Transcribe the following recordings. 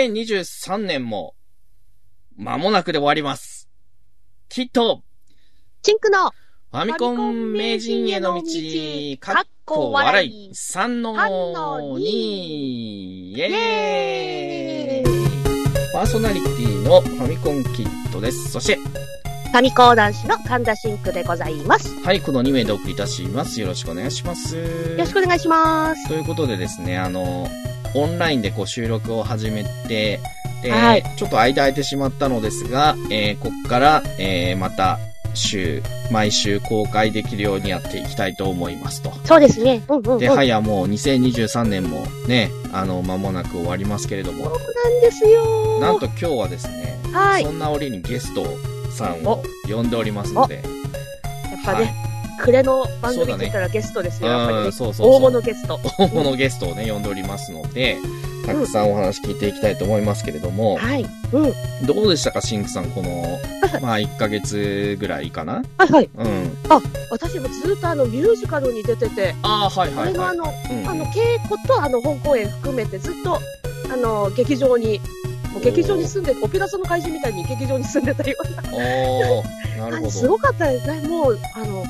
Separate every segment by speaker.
Speaker 1: 2023年も、間もなくで終わります。きっと、
Speaker 2: チンクの
Speaker 1: ファミコン名人への道、かっこ笑い、3の2、イェーイパーソナリティのファミコンキットです。そして、
Speaker 2: ファミコ男子の神田シンクでございます。よ
Speaker 1: はい、この2名でお送りいたします。よろしくお願いします。よ
Speaker 2: ろしくお願いします。
Speaker 1: ということでですね、あの、オンラインでこう収録を始めて、で、
Speaker 2: はい
Speaker 1: ちょっと間空いてしまったのですが、えーこっから、えーまた、週、毎週公開できるようにやっていきたいと思いますと。
Speaker 2: そうですね。うんうん、うん。
Speaker 1: で、
Speaker 2: そ
Speaker 1: は
Speaker 2: うなん
Speaker 1: やもう2023年もね、あの、間もなく終わりますけれども、
Speaker 2: ですよ。
Speaker 1: なんと今日はですね、
Speaker 2: はい。や
Speaker 1: そんな折にゲストさんを呼んでおりますので、
Speaker 2: っぱね、暮れの番組って言ったらゲストですよ。やっぱり
Speaker 1: は
Speaker 2: ね
Speaker 1: い、うん、そうそうそう。
Speaker 2: 大物ゲスト。
Speaker 1: 大物ゲストをね、呼んでおりますので、たくさんお話聞いていきたいと思いますけれども、
Speaker 2: はい。うん。は
Speaker 1: どうでしたか、シンクさん、この
Speaker 2: は、い
Speaker 1: まあ、1ヶ月ぐらいかな。
Speaker 2: いはい。
Speaker 1: うん。
Speaker 2: 私もずっとあのミュージカルに出てて、
Speaker 1: ああ、はい
Speaker 2: こ
Speaker 1: は
Speaker 2: れ
Speaker 1: い
Speaker 2: の
Speaker 1: は
Speaker 2: あ
Speaker 1: い。
Speaker 2: の、
Speaker 1: うん
Speaker 2: あの、稽古とあの本公演含めてずっと、あの、劇場に、もう劇場に住んで、オペラ座の怪人みたいに劇場に住んでたような
Speaker 1: おー、なる
Speaker 2: はい
Speaker 1: ほ
Speaker 2: す
Speaker 1: ど。
Speaker 2: ごかったですね。もう、あの、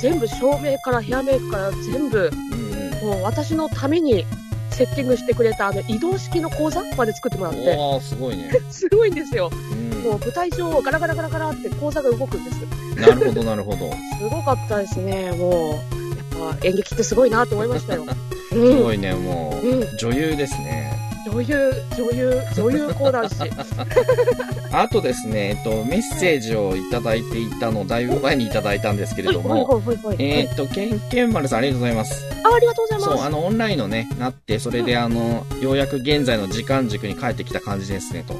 Speaker 2: 全部照明からヘアメイクから全部、
Speaker 1: うんうん。
Speaker 2: もう私のためにセッティングしてくれたあの移動式の講座まで作ってもらって、
Speaker 1: おー、すごいね。
Speaker 2: すごいんですよ。
Speaker 1: うん。
Speaker 2: もう舞台上をガラガラガラガラって講座が動くんです。す
Speaker 1: なるほど、なるほど。
Speaker 2: ごかったですね。もう、やっぱ演劇ってすごいなと思いまし たよ。う
Speaker 1: す
Speaker 2: ん。
Speaker 1: ごいね、も
Speaker 2: うん、
Speaker 1: う、女優ですね。
Speaker 2: 女優、女優、女優講談師。
Speaker 1: あとですね、えっと、メッセージをいただいていたの、だいぶ前にいただいたんですけれども、
Speaker 2: ほいほいほいほい
Speaker 1: えーっと、けんけんまるさん、ありがとうございます。
Speaker 2: あ、ありがとうござい
Speaker 1: そう、
Speaker 2: ます。
Speaker 1: あの、オンラインのね、なって、それで、あの、ようやく現在の時間軸に帰ってきた感じですね、と。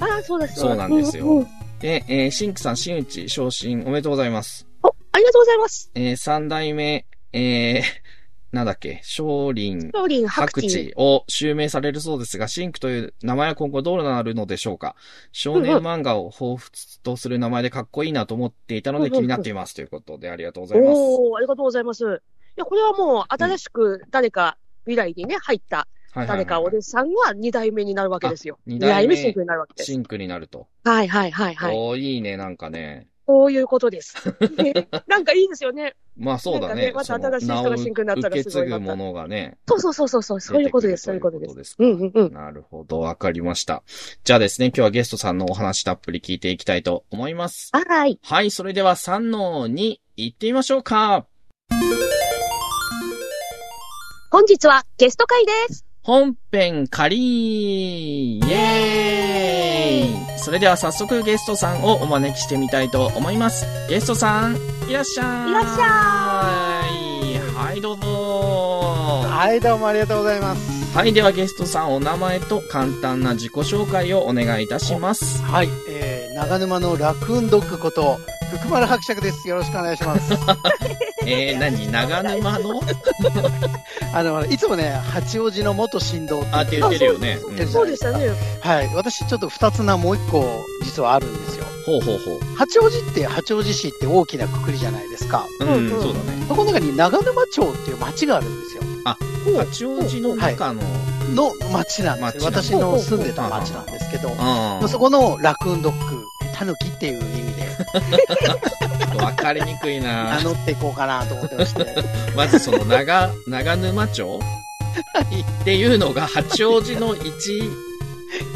Speaker 2: あ、そうです。
Speaker 1: そうなんですよ
Speaker 2: ううん
Speaker 1: で、えーシンクさん、新内、昇進、おめでとうございます。
Speaker 2: おありがとうございます。
Speaker 1: えー三代目、えー、 なんだっけ、少林、
Speaker 2: ローリン
Speaker 1: 白
Speaker 2: 白地。
Speaker 1: 地を襲名されるそうですが、シンクという名前は今後どうなるのでしょうか少年漫画を彷彿とする名前でかっこいいなと思っていたので
Speaker 2: うんうん
Speaker 1: 気になっています。ということで、ありがとうございます。
Speaker 2: おおーありがとうございます。いや、これはもう、新しく誰か、未来にね、入った、
Speaker 1: はいはいはい
Speaker 2: 誰かお弟子さんが二代目になるわけですよ。
Speaker 1: あ二
Speaker 2: 二
Speaker 1: 代
Speaker 2: 代
Speaker 1: 目
Speaker 2: 目シンクになるわけです
Speaker 1: シ。ンクになると。
Speaker 2: はいはいはいはい。
Speaker 1: おーいいね、なんかね。
Speaker 2: こういうこ とです。なんかいいですよね。
Speaker 1: まあそうだね。
Speaker 2: なんか
Speaker 1: そ
Speaker 2: ねまた新しい人がシンクになったらすごい
Speaker 1: 名を受け継
Speaker 2: また
Speaker 1: ぐものがね。
Speaker 2: そうそうそうそうそう、そういうことです、そうい
Speaker 1: 出
Speaker 2: う
Speaker 1: てく
Speaker 2: こ
Speaker 1: る
Speaker 2: とです。
Speaker 1: ですか
Speaker 2: うんうんうん。
Speaker 1: なるほど。わかりました。じゃあですね、今日はゲストさんのお話たっぷり聞いていきたいと思います。
Speaker 2: はーい。
Speaker 1: はい、それでは3の2行ってみましょうか。
Speaker 2: 本日はゲスト会です。
Speaker 1: 本編仮イエーイそれでは早速ゲストさんをお招きしてみたいと思います。ゲストさん、いらっしゃい
Speaker 2: いらっし
Speaker 1: ゃいはい、どうぞ
Speaker 3: はい、どうもありがとうございます。
Speaker 1: はい、ではゲストさんお名前と簡単な自己紹介をお願いいたします。
Speaker 3: はい、えー、長沼のラクーンドッグこと、福丸伯爵です。よろしくお願い します。
Speaker 1: えー、何長沼の
Speaker 3: あの、いつもね、八王子の元神道って
Speaker 1: あって言ってるよね。
Speaker 2: あそううん
Speaker 3: 言ってるじ
Speaker 2: そ
Speaker 3: ゃな
Speaker 2: う
Speaker 3: い
Speaker 2: で
Speaker 3: で
Speaker 2: し
Speaker 3: すか
Speaker 2: たね。
Speaker 3: はい、私ちょっと二つなもう一個、実はあるんですよ。
Speaker 1: ほうほうほう。
Speaker 3: 八王子って、八王子市って大きなくくりじゃないですか。
Speaker 1: うん、
Speaker 2: うんうん
Speaker 1: そうだね。
Speaker 3: そこの中に長沼町っていう町があるんですよ。
Speaker 1: 八王子の中の、
Speaker 3: の町なんですよ。
Speaker 1: 町なん
Speaker 3: 私の住んでた町なんですけど、
Speaker 1: ああ
Speaker 3: そこのラクーンドッグ、タヌキっていう意味で、
Speaker 1: わかりにくいな
Speaker 3: 名乗っていこうかなと思って まして。
Speaker 1: まずその長、長沼町っていうのが八王子の一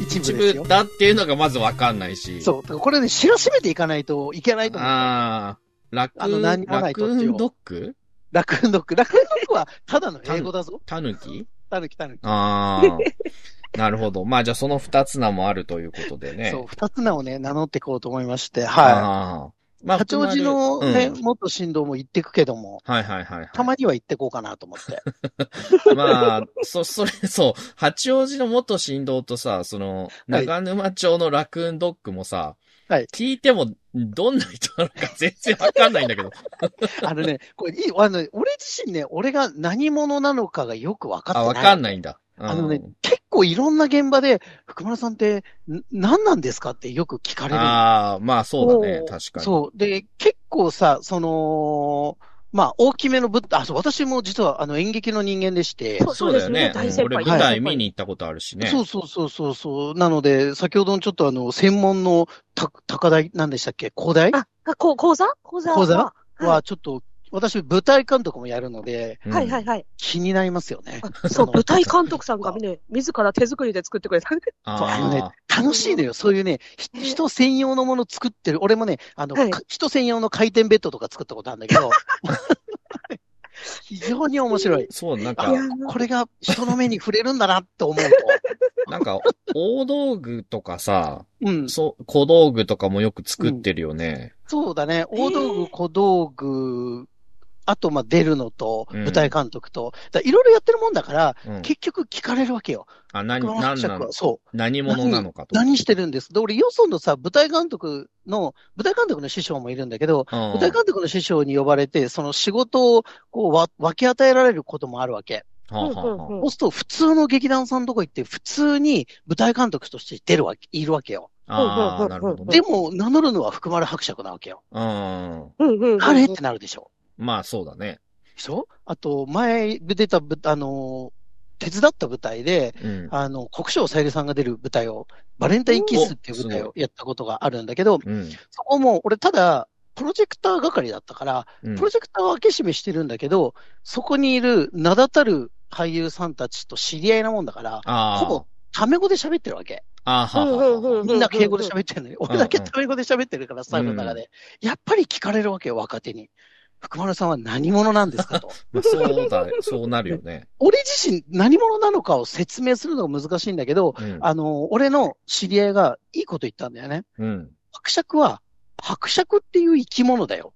Speaker 3: 一部ですよ
Speaker 1: 部。だっていうのがまずわかんないし。
Speaker 3: そう。だからこれね、知らしめていかないといけないと思う。
Speaker 1: ああ、ラク
Speaker 3: あの
Speaker 1: ーン、
Speaker 3: 何もな
Speaker 1: ラ
Speaker 3: い
Speaker 1: ク
Speaker 3: とってよ
Speaker 1: ーンドッグ
Speaker 3: ラクーンドッグ。ラクーンドッグはただの英語だぞ。
Speaker 1: タヌキ
Speaker 3: タヌキタヌキ。
Speaker 1: ああ。 なるほど。まあじゃあその二つ名もあるということでね。
Speaker 3: そう、二つ名をね、名乗っていこうと思いまして、は
Speaker 1: ああ。
Speaker 3: い。
Speaker 1: ま
Speaker 3: 八王子の
Speaker 1: うん
Speaker 3: ね、元振動も行ってくけども、
Speaker 1: はいはいはい、はい。
Speaker 3: たまには行ってこうかなと思って。
Speaker 1: まあ、そ、それ、そう、八王子の元振動とさ、その、
Speaker 3: はい
Speaker 1: 長沼町のラクーンドッグもさ、
Speaker 3: はい
Speaker 1: 聞いても、どんな人なのか全然わかんないんだ けど。
Speaker 3: あのね、これいい、あの、俺自身ね、俺が何者なのかがよく分かってな
Speaker 1: あ、
Speaker 3: い。
Speaker 1: わかん
Speaker 3: な
Speaker 1: な
Speaker 3: い。
Speaker 1: いんだ。うん
Speaker 3: あのね、結構いろんな現場で、福村さんって、ん何なんですかってよく聞かれるんですよ
Speaker 1: ああ、まあそうだね
Speaker 2: お、う
Speaker 1: 確かに。
Speaker 3: そう。で、結構さ、その、まあ、大きめの舞台、あ、そう、私も実は、あの、演劇の人間でして、
Speaker 2: そう
Speaker 1: そうだよね。
Speaker 2: そう
Speaker 1: う
Speaker 2: です
Speaker 1: ん
Speaker 2: ね
Speaker 1: 俺
Speaker 2: 大先輩
Speaker 1: 舞台見に行ったことあるしね。
Speaker 3: そうそうそうそうそう。なので、先ほどのちょっとあの、専門の、た、高台、なんでしたっけ高台
Speaker 2: あ、あこう、講座講座は
Speaker 3: 講座
Speaker 2: は
Speaker 3: は、ちょっと、私、舞台監督もやるので、
Speaker 1: うん
Speaker 2: いはいはいはい。
Speaker 3: 気になりますよね。
Speaker 2: あそう、舞台監督さんがね、自ら手作りで作ってくれた。
Speaker 3: あのね
Speaker 1: あ
Speaker 3: 楽しいのよ。そういうね、ひ
Speaker 2: え
Speaker 3: 人専用のもの作ってる。俺もね、あの、
Speaker 2: はい
Speaker 3: か人専用の回転ベッドとか作ったことあるんだけ ど、非常に面白い
Speaker 1: ー。そう、なん
Speaker 2: い
Speaker 1: か
Speaker 2: や、ー
Speaker 3: これが人の目に触れるんだなって思うと。
Speaker 1: なんか、大道具とかさ、
Speaker 3: うん。
Speaker 1: そう、小道具とかもよく作ってるよね。
Speaker 3: そうだね。大
Speaker 2: え
Speaker 3: 道具、
Speaker 2: ー
Speaker 3: 小道具、あと、まあ、出るのと、
Speaker 1: うん
Speaker 3: 舞台監督と、だいろいろやってるもんだから、
Speaker 1: うん。
Speaker 3: 結局聞かれるわけよ。
Speaker 1: あ、何、
Speaker 3: 熊
Speaker 1: 何
Speaker 3: 本
Speaker 1: な
Speaker 3: 伯
Speaker 1: の
Speaker 3: は、そう。
Speaker 1: 何者なのかと。
Speaker 3: 何してるんですで、俺、よそのさ、舞台監督の、舞台監督の師匠もいるんだけど、
Speaker 1: うん
Speaker 3: 舞台監督の師匠に呼ばれて、その仕事をこうわ分け与えられることもあるわけ。
Speaker 1: はあはあはあ
Speaker 2: うんうんうん
Speaker 3: そうすると、普通の劇団さんのとこ行って、普通に舞台監督として出るわけ、いるわけよ。
Speaker 1: あ
Speaker 2: うんうんうんう
Speaker 1: あ、
Speaker 2: ん
Speaker 1: なるほどね。
Speaker 3: でも、名乗るのは福丸伯爵なわけよ。
Speaker 1: うん。
Speaker 2: うんうんうん
Speaker 3: あれってなるでしょ。
Speaker 1: まあ、そうだね。
Speaker 3: でしょあと、前出たぶ、あのー、手伝った舞台で、
Speaker 1: うん。
Speaker 3: あの、国章さゆりさんが出る舞台を、バレンタインキッスっていう舞台をやったことがあるんだけど、
Speaker 1: うん。
Speaker 3: そこも、俺ただ、プロジェクター係だったから、
Speaker 1: うん
Speaker 3: プロジェクターは開け閉めしてるんだけど、そこにいる名だたる俳優さんたちと知り合いなもんだから、
Speaker 1: あ
Speaker 3: ほぼタメ語で喋ってるわけ。
Speaker 1: あ、ああ、はあはあはあ。
Speaker 3: みんな敬語で喋ってるのに、俺だけ
Speaker 1: うんうん
Speaker 3: タメ語で喋ってるから、スタイルの中で。やっぱり聞かれるわけよ、若手に。福丸さんは何者なんですかと。
Speaker 1: まあそうだ、そうなるよね。
Speaker 3: 俺自身何者なのかを説明するのが難しいんだけど、
Speaker 1: うん。
Speaker 3: あの、俺の知り合いがいいこと言ったんだよね。
Speaker 1: うん。
Speaker 3: 伯爵は、伯爵っていう生き物だよ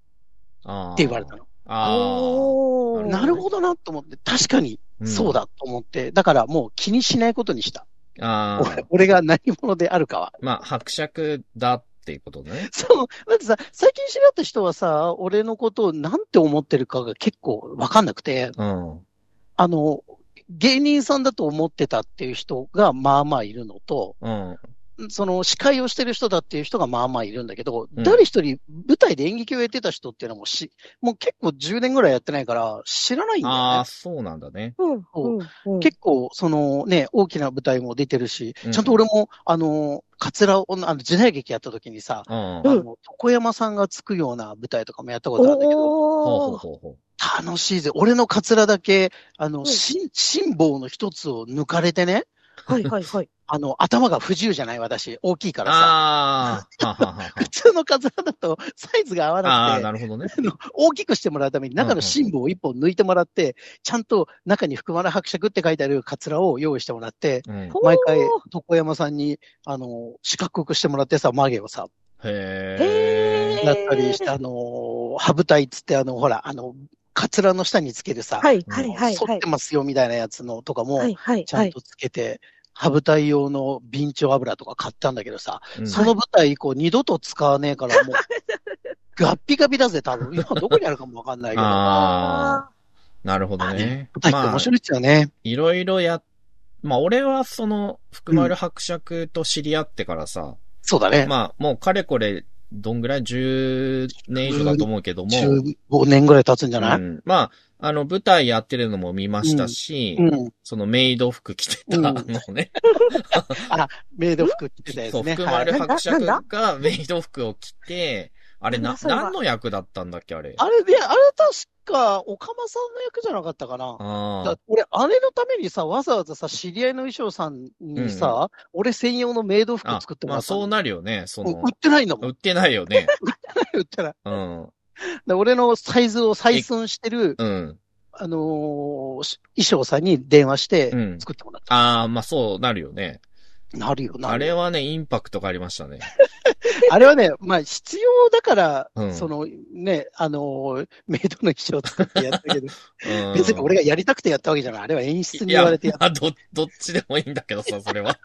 Speaker 1: ああ。
Speaker 3: って言われたの。
Speaker 1: ああ。
Speaker 2: おー
Speaker 1: ー
Speaker 3: なるほどなと思って、確かに
Speaker 1: ん
Speaker 3: そう。だと思って、だからもう気にしないことにした。
Speaker 1: ああ
Speaker 3: 俺。俺が何者であるかは。
Speaker 1: まあ、伯爵だっていうことね。
Speaker 3: そう。だってさ、最近知り合った人はさ、俺のことをなんて思ってるかが結構わかんなくて、
Speaker 1: うん。
Speaker 3: あの、芸人さんだと思ってたっていう人がまあまあいるのと、
Speaker 1: うん。
Speaker 3: その司会をしてる人だっていう人がまあまあいるんだけど、
Speaker 1: うん
Speaker 3: 誰一人舞台で演劇をやってた人っていうのもし、もう結構10年ぐらいやってないから知らないんだよ
Speaker 1: あ
Speaker 3: ね
Speaker 1: あ、。そうなんだね。
Speaker 2: うんうんうん
Speaker 3: 結構、そのね、大きな舞台も出てるし、
Speaker 1: うん
Speaker 3: ちゃんと俺も、あの、カツラを、あの、時代劇やった時にさ、
Speaker 1: うん。
Speaker 2: う
Speaker 1: ほ
Speaker 2: ん
Speaker 1: う
Speaker 3: あの、床山さんがつくような舞台とかもやったことあるんだけど、
Speaker 1: ほう
Speaker 2: おー
Speaker 1: ほうほ
Speaker 3: 楽しいぜ。俺のカツラだけ、あの、
Speaker 2: ん
Speaker 3: しん、辛抱の一つを抜かれてね、
Speaker 2: はいはいはい。
Speaker 3: あの、頭が不自由じゃない私、大きいからさ。
Speaker 1: ああ。はは はは
Speaker 3: 普通のカツラだとサイズが合わ
Speaker 1: あ
Speaker 3: な
Speaker 1: あ、
Speaker 3: くて、
Speaker 1: なるほどね。
Speaker 3: あの大きくしてもらうために中の辛抱を一本抜いてもらって、ちゃんと中に福丸伯爵って書いてあるカツラを用意してもらって、
Speaker 1: うん。へ
Speaker 2: ほおー
Speaker 3: 毎回、床山さんに、あの、四角くしてもらってさ、眉毛をさ、
Speaker 1: え。
Speaker 2: へー
Speaker 3: なったりして、あの、羽舞台っつって、あの、ほら、あの、カツラの下につけるさ、
Speaker 2: はいはいはい
Speaker 3: 反
Speaker 2: は
Speaker 3: っ
Speaker 2: い
Speaker 3: て。ますよみたいなやつのとか
Speaker 2: は
Speaker 3: も
Speaker 2: い、はい
Speaker 3: ちゃ
Speaker 2: は
Speaker 3: ん
Speaker 2: い。
Speaker 3: とつけて、羽舞台用の備長油とか買ったんだけどさ、
Speaker 1: うん
Speaker 3: その舞台以降二度と使わねえから もう、ガッピガピだぜ、多分。今どこにあるかもわかんないけど。舞
Speaker 1: ああ。なるほどね。
Speaker 3: 台って面白いっすよね。
Speaker 1: いろいろや、まあ俺はその、福丸伯爵と知り合ってからさ、
Speaker 3: そうだね。
Speaker 1: まあもうかれこれ、どんぐらい ?10 年以上だと思うけども。
Speaker 3: 15年ぐらい経つんじゃな
Speaker 1: う
Speaker 3: い
Speaker 1: んまあ、あの、舞台やってるのも見ましたし、
Speaker 3: うん。
Speaker 1: そのメイド服着てた
Speaker 3: うん
Speaker 1: のね、
Speaker 3: メイド服着てたや
Speaker 1: そ
Speaker 3: つ
Speaker 1: う、
Speaker 3: ね。
Speaker 1: 福
Speaker 3: はい
Speaker 1: 丸伯爵
Speaker 2: な
Speaker 1: がメイド服を着て、あれ
Speaker 2: なん
Speaker 1: な
Speaker 2: だ、それは
Speaker 1: 何の役だったんだっけ、あれ。
Speaker 3: あれで、あれ確か、おかまさんの役じゃなかったかな。
Speaker 1: あ
Speaker 3: だ俺、あれのためにさ、わざわざさ、知り合いの衣装さんにさ、俺専用のメイド服
Speaker 1: あ
Speaker 3: 作っても
Speaker 1: ま
Speaker 3: ら
Speaker 1: あ
Speaker 3: ったの。
Speaker 1: そうなるよね、その
Speaker 3: 売っ、てないんだもん。
Speaker 1: 売ってないよね。
Speaker 3: 売ってない。
Speaker 1: うん。
Speaker 3: で俺のサイズを採寸してる、
Speaker 1: うん。
Speaker 3: あのーし衣装さんに電話して
Speaker 1: うん、
Speaker 3: 作ってもらった。
Speaker 1: ああ、まあそうなるよね。
Speaker 3: なるよな。
Speaker 1: あれはね、インパクトがありましたね。
Speaker 3: あれはね、まあ、必要だから、
Speaker 1: うん
Speaker 3: そのね、あのーメイドの衣装を作ってやったけど、
Speaker 1: うん
Speaker 3: 別に俺がやりたくてやったわけじゃない。あれは演出に言われてやっ
Speaker 1: いまあ、ど、どっちでもいいんだけ どさ、それは。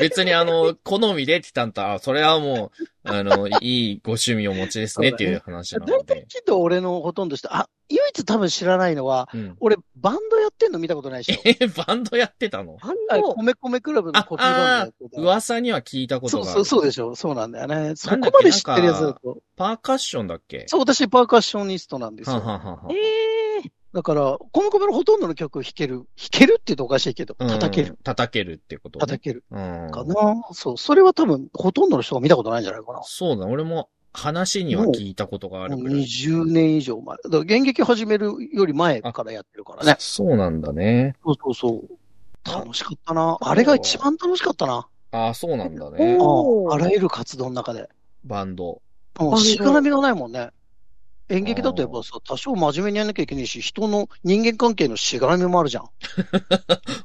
Speaker 1: 別にあの、好みでって言ったんと、あ、それはもう、あの、いいご趣味をお持ちですねっていう話
Speaker 3: た。
Speaker 1: な
Speaker 3: だ
Speaker 1: の
Speaker 3: いたい
Speaker 1: で。
Speaker 3: きっと俺のほとんどした。あ、唯一多分知らないのは、
Speaker 1: うん。
Speaker 3: 俺、バンドやってんの見たことないでしょ。
Speaker 1: え、バンドやってたの
Speaker 2: あん
Speaker 3: あれ
Speaker 2: の
Speaker 3: コメコメクラブのコピーバンドやってた。
Speaker 1: 噂には聞いたこと
Speaker 3: そう
Speaker 1: があ
Speaker 3: そ
Speaker 1: る。
Speaker 3: う、そうでしょ。そうななんだよね。そこまで知ってるやつ
Speaker 1: なん
Speaker 3: だ
Speaker 1: だっ
Speaker 3: と。
Speaker 1: パーカッションだっけ
Speaker 3: そう、私パーカッショニストなんです
Speaker 1: はん
Speaker 3: よ。
Speaker 1: はんはんはん
Speaker 2: ええ
Speaker 3: だから、コムコメのほとんどの曲弾ける。弾けるって言うとおかしいけど、
Speaker 1: うん
Speaker 3: 叩ける。。
Speaker 1: 叩けるってこと、ね。
Speaker 3: 叩ける
Speaker 1: うん。
Speaker 3: かな。そう、それは多分、ほとんどの人が見たことないんじゃないかな。
Speaker 1: そうだ、俺も話には聞いたことがある
Speaker 3: もう
Speaker 1: くらい。
Speaker 3: 20年以上前。だから、現役始めるより前からやってるからね。
Speaker 1: そうなんだね。
Speaker 3: そうそうそう。楽しかったな。あれが一番楽しかったな。
Speaker 1: ああ、そうなんだね
Speaker 2: お。お
Speaker 3: ああらゆる活動の中で。
Speaker 1: バンド。
Speaker 3: も
Speaker 2: あ
Speaker 3: う
Speaker 2: そう
Speaker 3: しがらみがないもんね。演劇だとやっぱさ、多少真面目にやんなきゃいけないし、人の人間関係のしがらみもあるじゃん。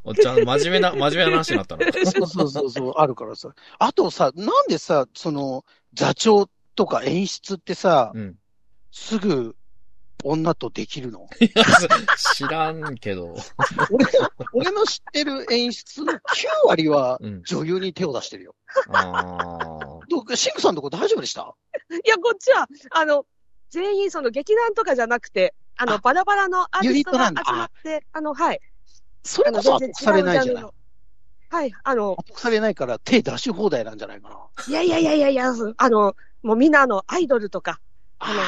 Speaker 1: おっちゃん、真面目な、真面目な話になったな。
Speaker 3: そうそうそうそう、あるからさ。あとさ、なんでさ、その、座長とか演出ってさ、
Speaker 1: うん。
Speaker 3: すぐ女とできるの
Speaker 1: いや 知らんけど。
Speaker 3: 俺の俺の知ってる演出の9割は
Speaker 1: うん。
Speaker 3: 女優に手を出してるよ。
Speaker 1: ああ。
Speaker 3: どうシングさんのとこ大丈夫でした
Speaker 2: ー いや、こっちは、あの、全員その劇団とかじゃなくて、あの、
Speaker 3: あ
Speaker 2: バラバラのアーティストが
Speaker 3: ユニットな
Speaker 2: 集
Speaker 3: んだ
Speaker 2: まって、あの、はい。
Speaker 3: それこそ圧迫されないじゃない
Speaker 2: あの。はい、あの、
Speaker 3: 圧迫されないから手出し放題なんじゃないかな。
Speaker 2: いやいやいやいやいや、あの、もうみんなあの、アイドルとか、あの
Speaker 3: あ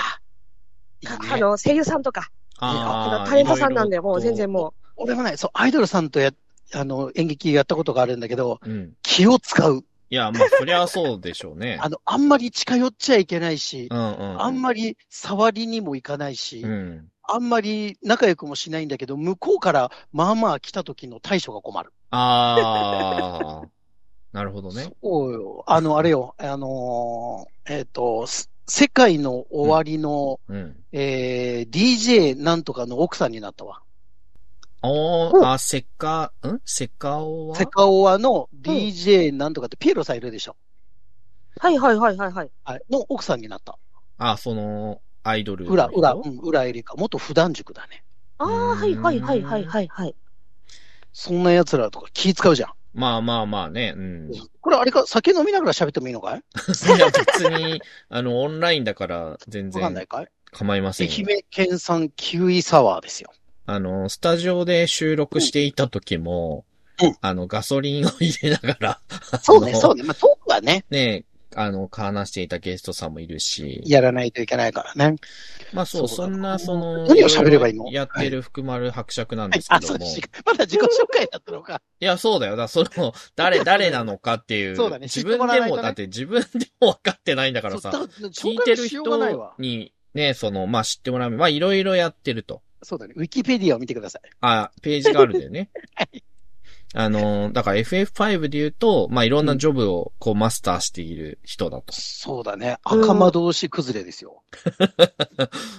Speaker 3: あ
Speaker 2: か
Speaker 3: ー、いい
Speaker 2: あ
Speaker 3: ね。
Speaker 2: の、声優さんとか、あ
Speaker 1: あ
Speaker 2: の、
Speaker 1: あ。
Speaker 2: タレントさんなんで、もう全
Speaker 1: い
Speaker 2: 然も
Speaker 3: 俺もね、そう、アイドルさんとや、あの、演劇やったことがあるんだけど、
Speaker 1: ろいろと。うん。
Speaker 3: 気を使う。
Speaker 1: いや、まあ、そりゃそうでしょうね
Speaker 3: あ。の、あんまり近寄っちゃいけないし
Speaker 1: う、んうん。
Speaker 3: あんまり触りにもいかないし、
Speaker 1: うん。
Speaker 3: あんまり仲良くもしないんだけど、向こうからまあまあ来た時の対処が困る。
Speaker 1: ああ。 なるほどね。
Speaker 3: そうよ。あの、あれよ、あのーえっ、と、す世界の終わりの、
Speaker 1: うん。
Speaker 3: えー、DJ なんとかの奥さんになったわ。
Speaker 1: おー、あ、せっか、んせっかおは
Speaker 3: セカオワの DJ なんとかってピエロさんいるでしょ。
Speaker 2: う。はいはいはいはいはい。
Speaker 3: はい。の奥さんになった。
Speaker 1: あ、その、アイドル。
Speaker 3: 裏、裏、うん、裏エリカ。元普段塾だね。
Speaker 2: ああ、
Speaker 1: うーん
Speaker 2: はいはいはいはいはいはい。
Speaker 3: そんな奴らとか気使うじゃん。
Speaker 1: まあまあまあね、うん。 い
Speaker 3: これあれか、酒飲みながら喋ってもいいのかい
Speaker 1: や、別に、あの、オンラインだから、全
Speaker 3: わかんな
Speaker 1: 然
Speaker 3: いかい
Speaker 1: 構いませ
Speaker 3: 愛
Speaker 1: んよ。
Speaker 3: 媛県産キウイサワーですよ。
Speaker 1: あの、スタジオで収録していた時も
Speaker 3: うんうん、
Speaker 1: あの、ガソリンを入れながら、
Speaker 3: そうね、
Speaker 1: あの
Speaker 3: そうね。まあ、トークはね、
Speaker 1: ね、あの、話していたゲストさんもいるし、
Speaker 3: やらないといけないからね。
Speaker 1: まあそう、
Speaker 3: そ
Speaker 1: そ
Speaker 3: うん
Speaker 1: な、その、
Speaker 3: 何を喋ればいいの
Speaker 1: ろろやってる福丸伯爵なん
Speaker 3: は
Speaker 1: で
Speaker 3: い
Speaker 1: す
Speaker 3: あ、
Speaker 1: け
Speaker 3: そ
Speaker 1: ど
Speaker 3: う
Speaker 1: も、
Speaker 3: で
Speaker 1: い
Speaker 3: す。まだ自己紹介だったのか。
Speaker 1: や、そうだよ。だからその、 誰、誰なのかっていう、
Speaker 3: そうだね
Speaker 1: 自分
Speaker 3: 知ってもら
Speaker 1: で
Speaker 3: わないと
Speaker 1: も、
Speaker 3: ね
Speaker 1: だって自分でも分かってないんだから
Speaker 3: そう
Speaker 1: さ、
Speaker 3: だから
Speaker 1: 聞
Speaker 3: 紹
Speaker 1: いて
Speaker 3: 介の
Speaker 1: る
Speaker 3: しようがない
Speaker 1: 人
Speaker 3: わ。
Speaker 1: に、ね、その、まあ、知ってもらう。まあ、いろいろやってると。
Speaker 3: そうだね。ウィキペディアを見てください。
Speaker 1: あ、ページがあるんだよ ね。あのー、だから FF5 で言うと、まあ、いろんなジョブをこうマスターしている人 だと。
Speaker 3: そうだね。
Speaker 2: うん
Speaker 3: 赤間同士崩れですよ。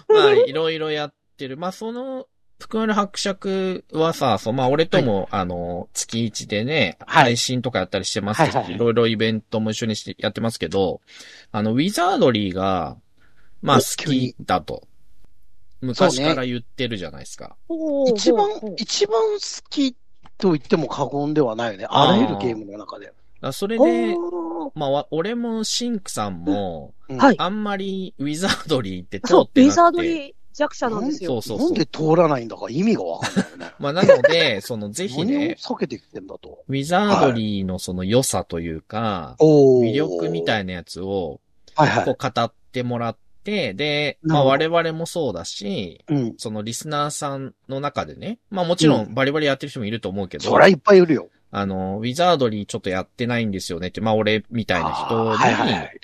Speaker 1: まあ、いろいろやってる。まあ、その、福丸伯爵はさ、そう、まあ、俺とも、あの、月一でね、
Speaker 3: はい
Speaker 1: 配信とかやったりしてますけど、
Speaker 3: はいいはいはい
Speaker 1: ろいろイベントも一緒にしてやってますけど、あの、ウィザードリーが、まあ、
Speaker 3: お
Speaker 1: 好きだと。昔から言ってるじゃないですか。
Speaker 2: おー
Speaker 3: 一番
Speaker 2: ほうほう、
Speaker 3: 一番好きと言っても過言ではないよね。あらゆるゲームの中で。
Speaker 1: だからそれで、
Speaker 2: おー
Speaker 1: まあわ、俺もシンクさんも、
Speaker 3: うん
Speaker 2: はい
Speaker 1: あんまりウィザードリーって通
Speaker 2: そう
Speaker 1: っ、
Speaker 2: ウ
Speaker 1: てなくて。
Speaker 2: ィザードリー弱者なんですよ。
Speaker 1: そうそう
Speaker 3: な
Speaker 1: そ
Speaker 3: ん
Speaker 1: う。
Speaker 3: で通らないんだか意味がわかんないよね。
Speaker 1: まあ、なの で、その、 ぜひ
Speaker 3: 何を
Speaker 1: ね、
Speaker 3: 避けてきてんだと。
Speaker 1: ウィザードリーのその良さというか、
Speaker 3: お
Speaker 1: 魅力みた
Speaker 3: い。
Speaker 1: いなやつを、
Speaker 3: はいは
Speaker 1: こ
Speaker 3: い。
Speaker 1: う語ってもらって、で、まあ
Speaker 3: なる
Speaker 1: 我々もそうだし、
Speaker 3: うん。
Speaker 1: そのリスナーさんの中でね、まあもちろんバリバリやってる人もいると思うけど、
Speaker 3: そりゃいっぱいいるよ。
Speaker 1: あの、ウィザードリーちょっとやってないんですよねって、まあ俺みたいな人に、
Speaker 3: あーはいはいはい。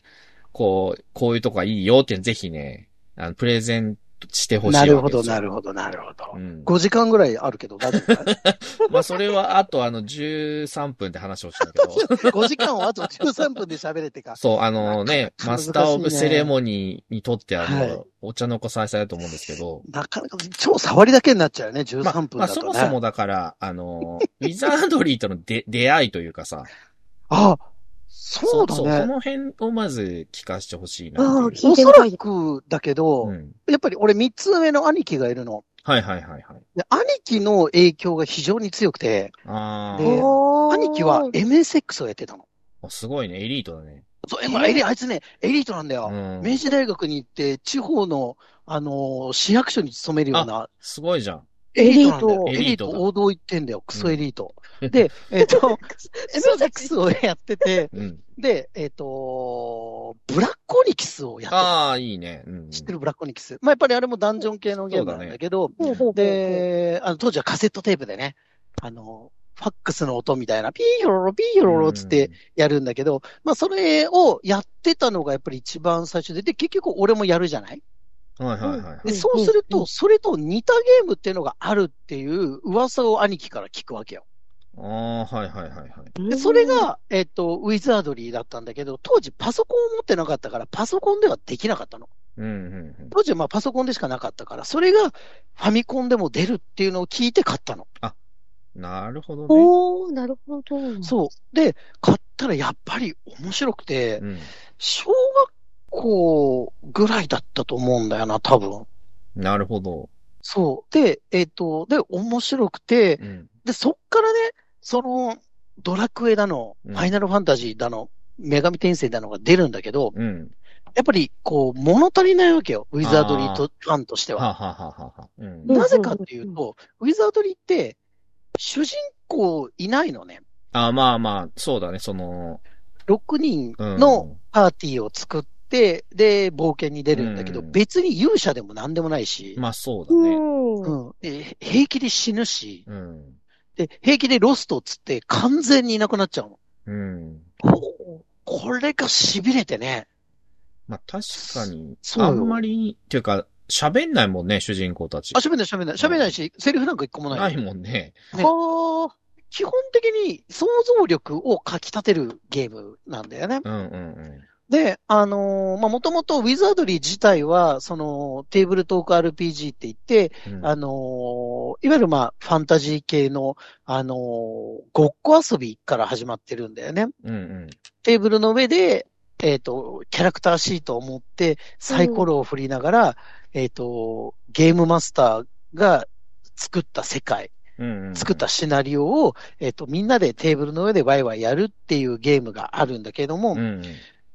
Speaker 1: こう、こういうとこがいいよってぜひね、あのプレゼントしてほしい
Speaker 3: なるほど、な
Speaker 1: る
Speaker 3: るほど、なるほど。
Speaker 1: うん、
Speaker 3: 5時間ぐらいあるけど、大丈夫か い
Speaker 1: まあそれはあとあの13分で話をしたんだけど、
Speaker 3: ?5 時間をあと13分で喋れてか。
Speaker 1: そう、あのね、
Speaker 3: なかなか
Speaker 1: マスターオブ
Speaker 3: 難しい
Speaker 1: セ
Speaker 3: ね
Speaker 1: レモニーにとってあの、
Speaker 3: はい
Speaker 1: お茶の子さいさいだと思うんですけど、
Speaker 3: なかなか、超触りだけになっちゃうよね、
Speaker 1: まあ
Speaker 3: 13分
Speaker 1: まあ、
Speaker 3: だ
Speaker 1: そ
Speaker 3: と
Speaker 1: も
Speaker 3: ね。
Speaker 1: そもだから、あ の、ウィザードリーとの出出会いというかさ、
Speaker 3: あ、そうだ
Speaker 1: そ
Speaker 3: ね。
Speaker 1: の辺をまず聞かせてほしい
Speaker 2: あ
Speaker 1: な
Speaker 2: あ
Speaker 1: っていう。
Speaker 2: 聞い
Speaker 3: お
Speaker 2: て
Speaker 3: そ
Speaker 2: みたい
Speaker 3: らくだけど、
Speaker 1: うん。
Speaker 3: やっぱり俺3つ上の兄貴がいるの。
Speaker 1: はいはいはいはい。
Speaker 3: で兄貴の影響が非常に強くて、
Speaker 1: あ
Speaker 3: で
Speaker 1: ー
Speaker 2: おー
Speaker 3: 兄貴は MSX をやってたの。
Speaker 1: あ、すごいね、エリートだね。
Speaker 3: そう、まあエリあいつね、エリートなんだよ。
Speaker 1: うん。
Speaker 3: 明治大学に行って、地方の、あのー市役所に勤めるような、
Speaker 1: すごいじゃん。
Speaker 3: エリート、
Speaker 1: エ
Speaker 3: エ
Speaker 1: リ
Speaker 3: リ
Speaker 1: ー
Speaker 3: ー
Speaker 1: ト
Speaker 3: ト
Speaker 1: だ
Speaker 3: 王道行ってんだよ、クソエリート。
Speaker 1: うん
Speaker 3: で、えっ、と、
Speaker 2: そ
Speaker 3: エソ
Speaker 2: うだ
Speaker 3: ダックスをやってて、
Speaker 1: うん。
Speaker 3: で、えっ、と、ブラックオニキスをやって
Speaker 1: ああ、いいね。うん。
Speaker 3: る。知ってるブラックオニキス。まあ、やっぱりあれもダンジョン系のゲームなんだけど、
Speaker 2: ほうほうほう
Speaker 3: で、あの、当時はカセットテープでね、あの、ファックスの音みたいな、ピーヒョロロ、ピーヒョロロっつってやるんだけど、まあ、それをやってたのがやっぱり一番最初で、で、結局俺もやるじゃない
Speaker 1: うん。はいはいはい。
Speaker 2: う
Speaker 3: で、
Speaker 2: ん
Speaker 3: そうする
Speaker 2: うんう
Speaker 3: と、それと似たゲームっていうのがあるっていう噂を兄貴から聞くわけよ。
Speaker 1: ああ、はいはいはいはい。
Speaker 3: で、それ、が、えっと、ウィザードリーだったんだけど、当時パソコンを持ってなかったから、パソコンではできなかったの。
Speaker 1: うんうんうん。
Speaker 3: 当時はまあパソコンでしかなかったから、それがファミコンでも出るっていうのを聞いて買ったの。
Speaker 1: なるほどね。
Speaker 2: おー、なるほど。
Speaker 3: そう。で、買ったらやっぱり面白くて、
Speaker 1: うん。
Speaker 3: 小学校ぐらいだったと思うんだよな、多分。
Speaker 1: なるほど。
Speaker 3: そう。で、えっと、で、面白くて、
Speaker 1: うん。
Speaker 3: で、そっからね、その、ドラクエだの、
Speaker 1: う
Speaker 3: フ
Speaker 1: ん
Speaker 3: ァイナルファンタジーだの、女神転生だのが出るんだけど、
Speaker 1: うん。
Speaker 3: やっぱり、こう、物足りないわけよ。ウィザードリー
Speaker 1: あ
Speaker 3: とファンとして
Speaker 1: は
Speaker 3: は。
Speaker 1: あはあはあはあはあ。うん。
Speaker 2: うん
Speaker 3: なぜかっていうと、ウィザードリーって、主人公いないのね。
Speaker 1: ああ、まあまあ、そうだね、その、
Speaker 3: 6人
Speaker 1: うん。
Speaker 3: のパーティーを作って、で、冒険に出るんだけど、
Speaker 1: うん
Speaker 3: 別に勇者でも何でもないし、
Speaker 1: まあそうだ
Speaker 2: う
Speaker 1: ね。
Speaker 2: ん。
Speaker 3: う
Speaker 2: うん
Speaker 3: ん、で平気で死ぬし、
Speaker 1: うん。
Speaker 3: で、平気でロストっつって完全にいなくなっちゃうの。
Speaker 1: うん。
Speaker 3: これが痺れてね。
Speaker 1: まあ確かに、
Speaker 3: そう
Speaker 1: あ
Speaker 3: よ
Speaker 1: んまり、っていうか、喋んないもんね、主人公たち
Speaker 3: あ、。喋んない、喋んない。喋んないし、セリフなんか一個もない。
Speaker 1: ないもんね。
Speaker 3: ね基本的に想像力をかき立てるゲームなんだよね。
Speaker 1: うんうん
Speaker 3: で、あのーまあ、もともとウィザードリー自体は、その、テーブルトーク RPG って言って、
Speaker 1: うんうん。
Speaker 3: あのーいわゆるまあ、ファンタジー系の、あのーごっこ遊びから始まってるんだよね。
Speaker 1: うんうん。
Speaker 3: テーブルの上で、えっ、と、キャラクターシートを持って、サイコロを振りながら、えっ、と、ゲームマスターが作った世界、
Speaker 1: うんうん。
Speaker 3: 作ったシナリオを、えっ、と、みんなでテーブルの上でワイワイやるっていうゲームがあるんだけれども、
Speaker 1: うんうん。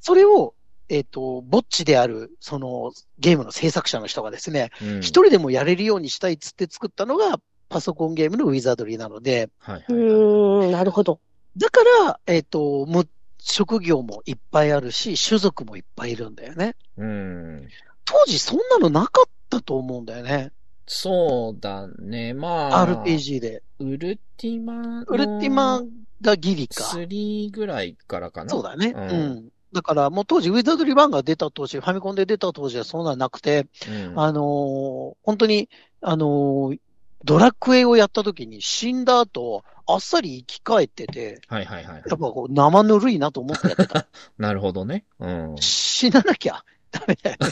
Speaker 3: それを、えっ、と、ぼっちである、その、ゲームの制作者の人がですね、
Speaker 1: うん。
Speaker 3: 一人でもやれるようにしたいっつって作ったのが、パソコンゲームのウィザードリーなので、
Speaker 1: はいはいはい。
Speaker 2: ーん、なるほど。
Speaker 3: だから、えっ、と、む職業もいっぱいあるし、種族もいっぱいいるんだよね。
Speaker 1: うん。
Speaker 3: 当時そんなのなかったと思うんだよね。
Speaker 1: そうだね。まあ、
Speaker 3: RPG で。
Speaker 1: ウルティマの
Speaker 3: ウルティマがギリか。
Speaker 1: 3ぐらいからかな。
Speaker 3: そうだね。
Speaker 1: う
Speaker 3: うんん。だから、もう当時、ウィザードリバンが出た当時、ファミコンで出た当時はそんなのなくて、
Speaker 1: うん。
Speaker 3: あのー本当に、あのードラクエをやった時に死んだ後、あっさり生き返ってて、
Speaker 1: はいはいはい。
Speaker 3: やっぱこう生ぬるいなと思ってやってた。
Speaker 1: なるほどね。うん。
Speaker 3: 死ななきゃダメだよね。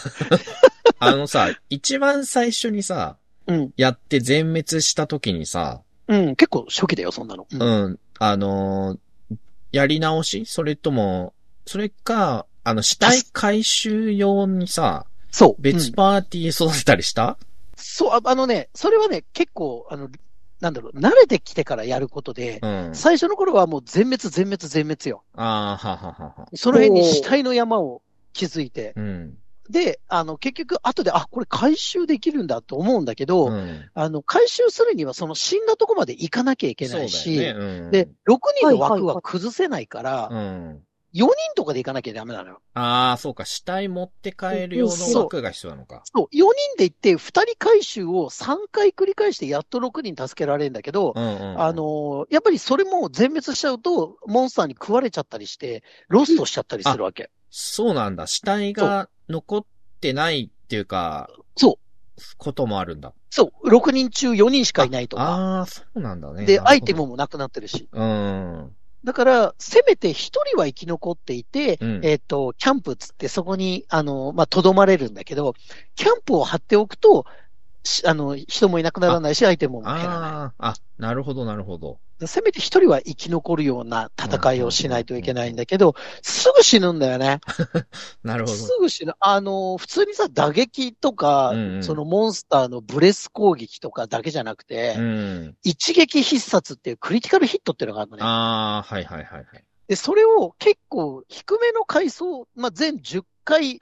Speaker 1: あのさ、一番最初にさ、
Speaker 3: うん。
Speaker 1: やって全滅した時にさ、
Speaker 3: うん、結構初期だよ、そんなの。うん
Speaker 1: うん、あのーやり直しそれとも、それか、あの、死体回収用にさ、
Speaker 3: そう。
Speaker 1: 別
Speaker 3: うん
Speaker 1: パーティー育てたりした、
Speaker 3: そうあ、あのね、それはね、結構、あの、なんだろう、慣れてきてからやることで、
Speaker 1: うん、
Speaker 3: 最初の頃はもう全滅、全滅、全滅よ。
Speaker 1: ああ、はははは。
Speaker 3: その辺に死体の山を築いて、
Speaker 1: うん。
Speaker 3: で、あの、結局、後で、あ、これ回収できるんだと思うんだけど、
Speaker 1: うん。
Speaker 3: あの、回収するには、その死んだとこまで行かなきゃいけ
Speaker 1: そうだ
Speaker 3: ない
Speaker 1: よ
Speaker 3: し、
Speaker 1: ね。うん。
Speaker 3: で、6人の
Speaker 2: はい
Speaker 3: 枠
Speaker 2: はいは
Speaker 3: はい崩せないから、
Speaker 1: うん。
Speaker 3: 4人とかで行かなきゃダメなのよ。
Speaker 1: ああ、そうか、死体持って帰る用の枠が必要なのか。
Speaker 3: そう、4人で行って、2人回収を3回繰り返して、やっと6人助けられるんだけど、
Speaker 1: うんうん。
Speaker 3: あ、のーやっぱりそれも全滅しちゃうと、モンスターに食われちゃったりして、ロストしちゃったりするわけ。
Speaker 1: そうなんだ。死体が残ってないっていうか、
Speaker 3: そう。
Speaker 1: こともあるんだ。
Speaker 3: そう、6人中4人しかいないとか。
Speaker 1: ああ、そうなんだね。
Speaker 3: で、
Speaker 1: なるほど
Speaker 3: アイテム。もなくなってるし。
Speaker 1: うん。
Speaker 3: だから、せめて1人は生き残っていて、
Speaker 1: うん
Speaker 3: えっ、と、キャンプっつってそこに、あのー、まあ、とどまれるんだけど、キャンプを張っておくと、しあの、人もいなくならないし、アイテムも減らない。
Speaker 1: ああ、あ、なるほど、なるほど。
Speaker 3: せめて1人は生き残るような戦いをしないといけないんだけど、すぐ死ぬんだよね。
Speaker 1: なるほど
Speaker 3: す。ぐ死ぬ。あの、普通にさ、打撃とか、
Speaker 1: うんうん
Speaker 3: そのモンスターのブレス攻撃とかだけじゃなくて、
Speaker 1: うん。
Speaker 3: 一撃必殺っていうクリティカルヒットっていうのがあるのね。
Speaker 1: ああ、はいはいはいはい。
Speaker 3: で、それを結構低めの回数、まあ、全10回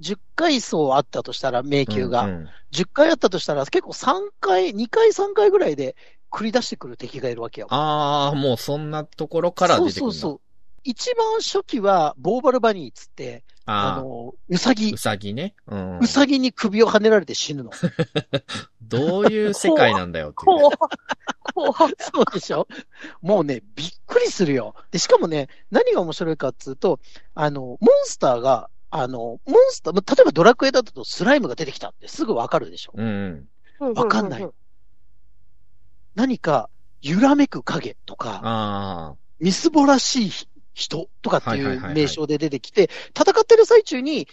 Speaker 3: 10回層あったとしたら、迷宮が。
Speaker 1: うんうん
Speaker 3: 10回あったとしたら、結構3回、2回、3回ぐらいで繰り出してくる敵がいるわけよ。
Speaker 1: ああ、もうそんなところから出てくる
Speaker 3: そうそうそう。一番初期は、ボーバルバニーっつって、
Speaker 1: あ
Speaker 3: あ
Speaker 1: あ、
Speaker 3: の、ウサギ
Speaker 1: う、さぎね。うん。
Speaker 3: ウサギに首を跳ねられて死ぬの。そ
Speaker 1: どういう世界なんだよっていう
Speaker 2: 怖っ怖っ
Speaker 3: うでしょもうね、びっくりするよ。で、しかもね、何が面白いかっつうと、あの、モンスターが、あの、モンスター、ま例えばドラクエだとスライムが出てきたってすぐわかるでしょ。
Speaker 1: うんうん。
Speaker 3: わかんない。何か、揺らめく影とか、
Speaker 1: あ
Speaker 3: みすぼらしい人とかって
Speaker 1: はいはいいはいは
Speaker 3: う
Speaker 1: い
Speaker 3: 名称で出てきて、戦ってる最中に、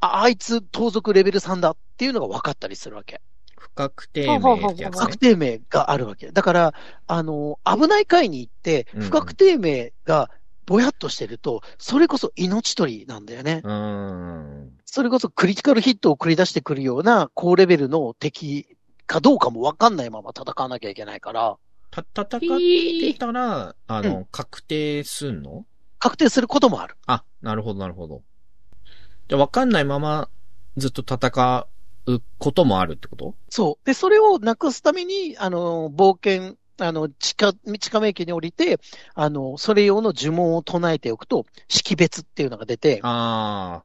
Speaker 3: あ、あいつ盗賊レベル3だっていうのが分かったりするわけ。
Speaker 1: あ、不確定名ってや
Speaker 2: ね
Speaker 1: つ
Speaker 3: 不
Speaker 1: ね
Speaker 3: 確。定名があるわけ。だから、あの、危ない階に行って、
Speaker 1: うんうん
Speaker 3: 不確定名がぼやっとしてると、それこそ命取りなんだよね。
Speaker 1: うん。
Speaker 3: それこそクリティカルヒットを繰り出してくるような高レベルの敵かどうかも分かんないまま戦わなきゃいけないから、
Speaker 1: た、戦ってたら、あの、確定すんの
Speaker 3: 確定することもある。
Speaker 1: あ、なるほど、なるほど。じゃあ、わかんないまま、ずっと戦うこともあるってこと
Speaker 3: そう。で、それをなくすために、あの、冒険、あの、地下、地下迷宮に降りて、あの、それ用の呪文を唱えておくと、識別っていうのが出て、
Speaker 1: あ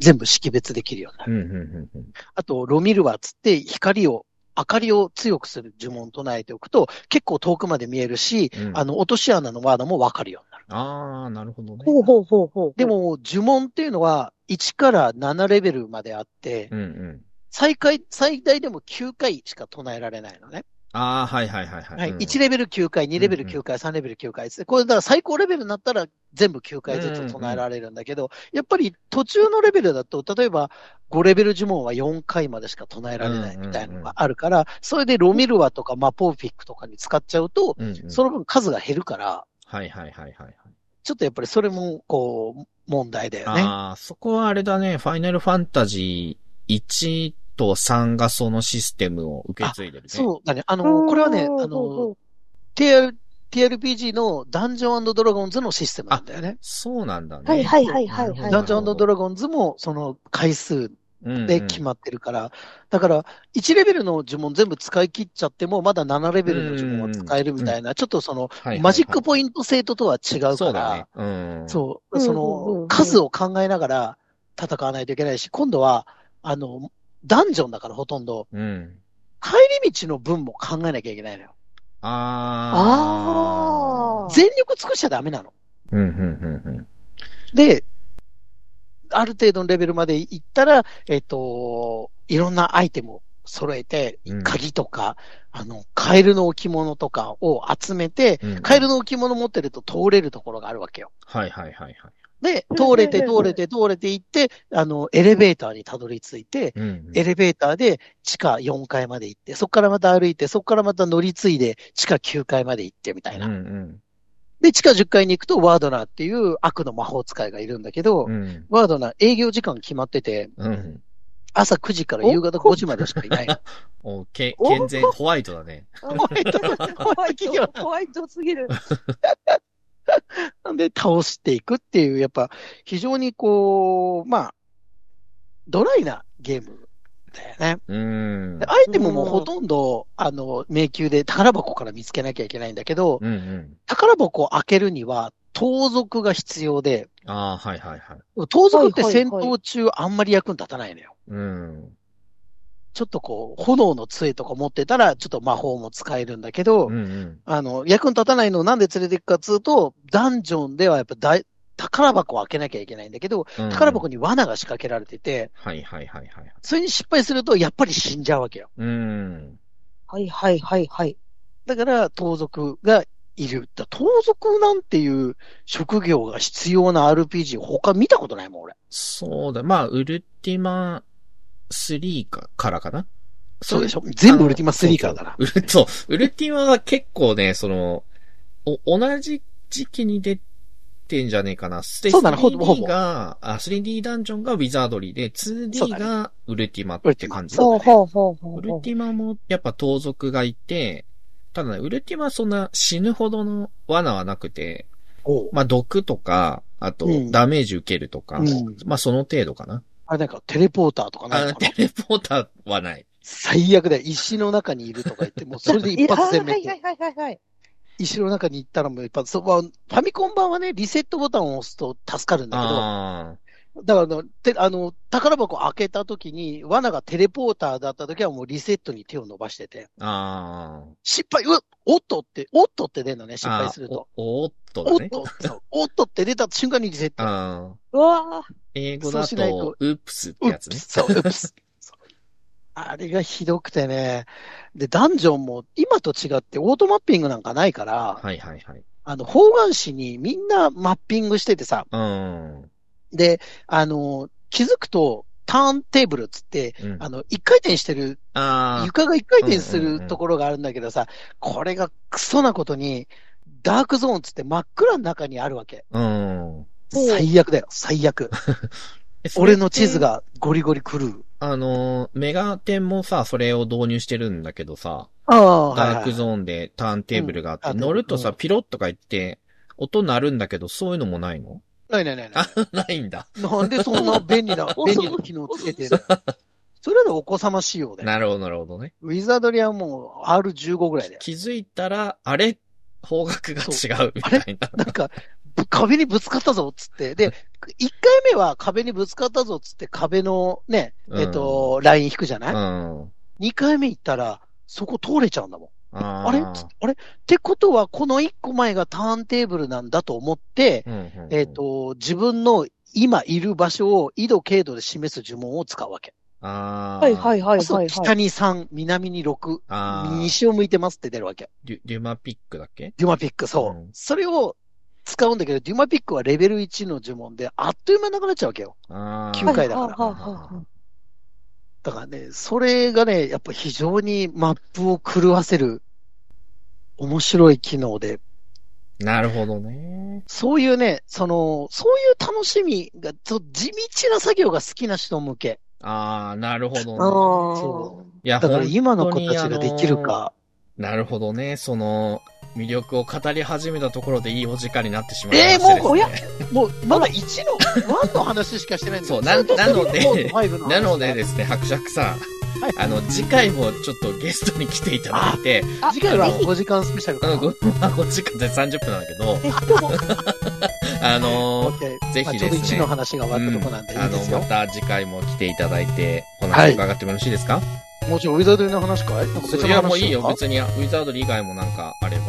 Speaker 3: 全部識別できるようにな
Speaker 1: あ、う
Speaker 3: る。
Speaker 1: ん、うん、うん。
Speaker 3: あと、ロミルワっつって、光を、明かりを強くする呪文を唱えておくと、結構遠くまで見えるし、
Speaker 1: うんうん
Speaker 3: あの、落とし穴のワードもわかるようになる。
Speaker 1: ああ、なるほどね。
Speaker 2: ほうほうほうほう。
Speaker 3: で、も、呪文っていうのは、1から7レベルまであって、
Speaker 1: うん、うん。
Speaker 3: 最回、最大でも9回しか唱えられないのね。
Speaker 1: ああ、はい、はい、はい、はい。
Speaker 3: はい、
Speaker 1: うん
Speaker 3: 1レベル9回、2レベル
Speaker 1: うんうん
Speaker 3: 9回、3レベル9回ですね。これ、だから最高レベルになったら全部9回ずつ唱えられるんだけど、やっぱり途中のレベルだと、例えば5レベル呪文は4回までしか唱えられないみたいなのがあるから、それでロミルワとかマポーフィックとかに使っちゃうと、
Speaker 1: うん、うん。
Speaker 3: その分数が減るから、
Speaker 1: はい、はい、はい、はい。はい
Speaker 3: ちょっとやっぱりそれも、こう、問題だよね。
Speaker 1: ああ、そこはあれだね、ファイナルファンタジー1と3がそのシステムを受け継いでるね。う。
Speaker 3: そうだね。あ
Speaker 2: ほうほうほう
Speaker 3: の、これはね、あの、、TR TRPG のダンジョンドラゴンズのシステムなんだよね。
Speaker 1: そうなんだね。
Speaker 2: はいはいはいはいはい
Speaker 3: ダンジョンド
Speaker 1: ロ
Speaker 3: ラゴンズも、その回数
Speaker 1: ン
Speaker 3: で決まってるから、だから、1レベルの呪文全部使い切っちゃっても、まだ7レベルの呪文は使えるみたいな、ちょっとその、
Speaker 1: る
Speaker 3: マジック
Speaker 1: イ
Speaker 3: ポイント制度とは違うから、
Speaker 1: そうだね。うん。う。
Speaker 3: そう、
Speaker 2: うんう
Speaker 3: そ
Speaker 2: んうんう
Speaker 3: の
Speaker 2: ん、
Speaker 3: 数を考えながら戦わないといけないし、今度は、あの、ダンジョンだからほとんど、
Speaker 1: うん。
Speaker 3: 帰り道の分も考えなきゃいけないのよ。
Speaker 1: ああ。
Speaker 2: あー
Speaker 3: 全力尽くしちゃダメなの。
Speaker 1: うん、うん、うん、うん。
Speaker 3: で、ある程度のレベルまで行ったら、えっ、と、いろんなアイテムを揃えて、
Speaker 1: うん
Speaker 3: 鍵とか、あの、カエルの置物とかを集めて、
Speaker 1: うん
Speaker 3: カエルの置物持ってると通れるところがあるわけよ。
Speaker 1: はいはいはいはい。
Speaker 3: で、
Speaker 2: うん
Speaker 3: 通れて
Speaker 2: うん
Speaker 3: 通れて通れて行って、あの、エレベーターにたどり着いて、
Speaker 1: うんうん。
Speaker 3: エレベーターで地下4階まで行って、そこからまた歩いて、そこからまた乗り継いで地下9階まで行ってみたいな。
Speaker 1: うん
Speaker 3: で、地下10階に行くとワードナーっていう悪の魔法使いがいるんだけど、
Speaker 1: うん。うん。
Speaker 3: ワードナー営業時間決まってて、
Speaker 1: うん。
Speaker 3: 朝9時から夕方5時までしかい ない。
Speaker 1: お、け、
Speaker 2: お
Speaker 1: 健全、ホワイトだね。
Speaker 2: ホワイト、ホワイト、ホワイトすぎる。
Speaker 3: なんで倒していくっていう、やっぱ非常にこう、まあ、ドライなゲームだよね。
Speaker 1: うん。
Speaker 3: でアイテムもほとんど、あの、迷宮で宝箱から見つけなきゃいけないんだけど、
Speaker 1: うんうん。
Speaker 3: 宝箱を開けるには盗賊が必要で、
Speaker 1: ああ、はいはいはい。
Speaker 3: 盗賊って
Speaker 2: はいはい
Speaker 3: 戦
Speaker 2: はい
Speaker 3: 闘中あんまり役に立たないのよ。
Speaker 1: うん。
Speaker 3: ちょっとこう、炎の杖とか持ってたら、ちょっと魔法も使えるんだけど、
Speaker 1: うんうん。
Speaker 3: あの、役に立たないのをなんで連れていくかっつうと、ダンジョンではやっぱ大宝箱を開けなきゃいけないんだけど、宝箱
Speaker 1: に。
Speaker 3: に罠が仕掛けられてて、
Speaker 1: はいはいはいはい。
Speaker 3: それに失敗するとやっぱり死んじゃうわけよ。
Speaker 1: うん。
Speaker 2: はいはいはいはい。
Speaker 3: だから、盗賊がいる。だ盗賊なんていう職業が必要な RPG、他見たことないもん、俺。
Speaker 1: そうだ。まあ、ウルティマ3かからかな。
Speaker 3: そうでし
Speaker 1: ょ。
Speaker 3: ょ全部ウルティマ3からだな。
Speaker 1: ウル、そう。ウルティマは結構ね、その、お、同じ時期に出てんじゃねえかな。
Speaker 3: そうだねほぼほぼ
Speaker 1: 3D が、あ、3D ダンジョンがウィザードリーで、
Speaker 3: そうだ
Speaker 1: 2D
Speaker 3: ね
Speaker 1: がウルティマって感じ。
Speaker 3: ウルティマそう
Speaker 2: ほうほうほうほ
Speaker 1: ウ
Speaker 2: う
Speaker 1: ル
Speaker 2: ほ
Speaker 1: ティマもやっぱ盗賊がいて、ただね、ウルティマはそんな死ぬほどの罠はなくて、
Speaker 3: おう
Speaker 1: まあ毒とか、あと
Speaker 3: うん
Speaker 1: ダメージ受けるとか、
Speaker 3: うん
Speaker 1: まあその程度かな。
Speaker 3: あれなんかテレポーターとかない
Speaker 1: あ
Speaker 3: のかな
Speaker 1: テレポーターはない。
Speaker 3: 最悪だよ。石の中にいるとか言って、もうそれで一発
Speaker 2: で
Speaker 3: 攻め
Speaker 2: は
Speaker 3: て
Speaker 2: い、はいはいはい。
Speaker 3: 石の中に行ったらもう一発、そこはファミコン版はね、リセットボタンを押すと助かるんだけど、
Speaker 1: あ
Speaker 3: だからあのて、あの、宝箱開けた時に、罠がテレポーターだった時はもうリセットに手を伸ばしてて、
Speaker 1: あ、ああ。
Speaker 3: 失敗、うっ、おっとって、おっとって出るのね、失敗すると。
Speaker 1: あー。おおっと
Speaker 3: お
Speaker 1: だ
Speaker 3: っ
Speaker 1: ね。
Speaker 3: と、そうおっとって出た瞬間にリセット。
Speaker 1: ああ。
Speaker 2: うわー
Speaker 1: 英語だ
Speaker 3: そうしないと
Speaker 1: と、ウープスって
Speaker 3: う
Speaker 1: や
Speaker 3: っ
Speaker 1: つね。
Speaker 3: そう、うっす。そうあれがひどくてね。で、ダンジョンも今と違ってオートマッピングなんかないから、
Speaker 1: はいはいはい。
Speaker 3: あの、方眼紙にみんなマッピングしててさ、
Speaker 1: うん。う
Speaker 3: で、あの、気づくと、ターンテーブルっつって、
Speaker 1: ん、
Speaker 3: あの、一回転してる、
Speaker 1: あ
Speaker 3: 床が一回転す
Speaker 1: うんうんう
Speaker 3: る
Speaker 1: ん
Speaker 3: ところがあるんだけどさ、これがクソなことに、ダークゾーンっつって真っ暗の中にあるわけ。
Speaker 1: あ。うん。
Speaker 2: おう
Speaker 3: 最悪だよ、最悪。
Speaker 1: えそれ
Speaker 3: 俺の地図がゴリゴリ狂う。
Speaker 1: あのー、メガテンもさ、それを導入してるんだけどさ、
Speaker 3: ああ、はい、
Speaker 1: ダークゾーンでターンテーブルがあって、
Speaker 3: うん
Speaker 1: 乗ると
Speaker 3: う
Speaker 1: さ、
Speaker 3: ん
Speaker 1: ピロッとか言って、音鳴るんだけど、そういうのもないの
Speaker 3: ないないないない。
Speaker 1: あ、ないん だ。
Speaker 3: なんでそんな便利 な、便利な機能つけ てるそれはお子様仕様で。
Speaker 1: なるほど、なるほどね。
Speaker 3: ウィザードリはもう R15 ぐらいで。
Speaker 1: 気づいたら、あれ方角が違う、みたいな。
Speaker 3: なんか、ぶ壁にぶつかったぞっつって。で、1回目は壁にぶつかったぞっつって壁のね、えっ、と、ライン引くじゃない、
Speaker 1: うん。
Speaker 3: ?2 回目行ったら、そこ通れちゃうんだもん。
Speaker 1: あ
Speaker 3: あれつあれってことは、この1個前がターンテーブルなんだと思って、えっ、、と、自分の今いる場所を緯度、経度で示す呪文を使うわけ。
Speaker 1: ああ。。
Speaker 2: はいはいいはい
Speaker 3: そ
Speaker 2: は
Speaker 3: う
Speaker 2: い。
Speaker 3: 北に3、南に6、
Speaker 1: ああ。
Speaker 3: 西を向いてますって出るわけ。
Speaker 1: デュ、デュマピックだっけ
Speaker 3: デュマピック、そう。
Speaker 1: うん
Speaker 3: それを使うんだけど、デュマピックはレベル1の呪文で、あっという間になくなっちゃうわけよ。
Speaker 1: ああ。
Speaker 3: 9回だか
Speaker 2: は
Speaker 3: ら
Speaker 2: いはいはいはい
Speaker 3: だからね、それがね、やっぱ非常にマップを狂わせる面白い機能で、
Speaker 1: なるほどね。
Speaker 3: そういうね、その、そういう楽しみが、ちょっと地道な作業が好きな人向け。
Speaker 1: ああ、なるほ
Speaker 2: あ
Speaker 1: どね。
Speaker 2: ー
Speaker 3: そ
Speaker 1: いや、
Speaker 3: だから
Speaker 1: 本当に
Speaker 3: 今の子たちができるか。
Speaker 1: なるほどね。その、魅力を語り始めたところでいいお時間になってしまいま
Speaker 3: え
Speaker 1: した、
Speaker 3: ー、もう、おや、もう、まだ1の、1の話しかしてないんだ
Speaker 1: そうななのでなので
Speaker 3: で
Speaker 1: ですね、伯爵さん
Speaker 3: はい。
Speaker 1: あの、次回もちょっとゲストに来ていただいて、
Speaker 2: あ
Speaker 3: 次回は
Speaker 2: ぜひ
Speaker 3: 5時間スペシャル
Speaker 1: あ
Speaker 3: か
Speaker 1: の、
Speaker 3: な。
Speaker 1: ごまあ5時間で30分なんだけど、
Speaker 2: ぜひとも
Speaker 1: あ
Speaker 3: オ
Speaker 1: の
Speaker 3: ッ、ケー
Speaker 1: ぜひ
Speaker 3: まあ
Speaker 1: です
Speaker 3: ち
Speaker 1: ね
Speaker 3: ょうど1の話が終わったとこなんで、
Speaker 1: うん
Speaker 3: い
Speaker 1: あ
Speaker 3: いで
Speaker 1: の、
Speaker 3: す
Speaker 1: ま
Speaker 3: よ。
Speaker 1: た次回も来ていただいて、お話伺ってもよろしいですか、
Speaker 3: もちろん、ウィザードリーの話かいなんか別の話
Speaker 1: いや、もういい
Speaker 3: しよ
Speaker 1: よ。
Speaker 3: か
Speaker 1: 別に、ウィザードリー以外もなんかあれば。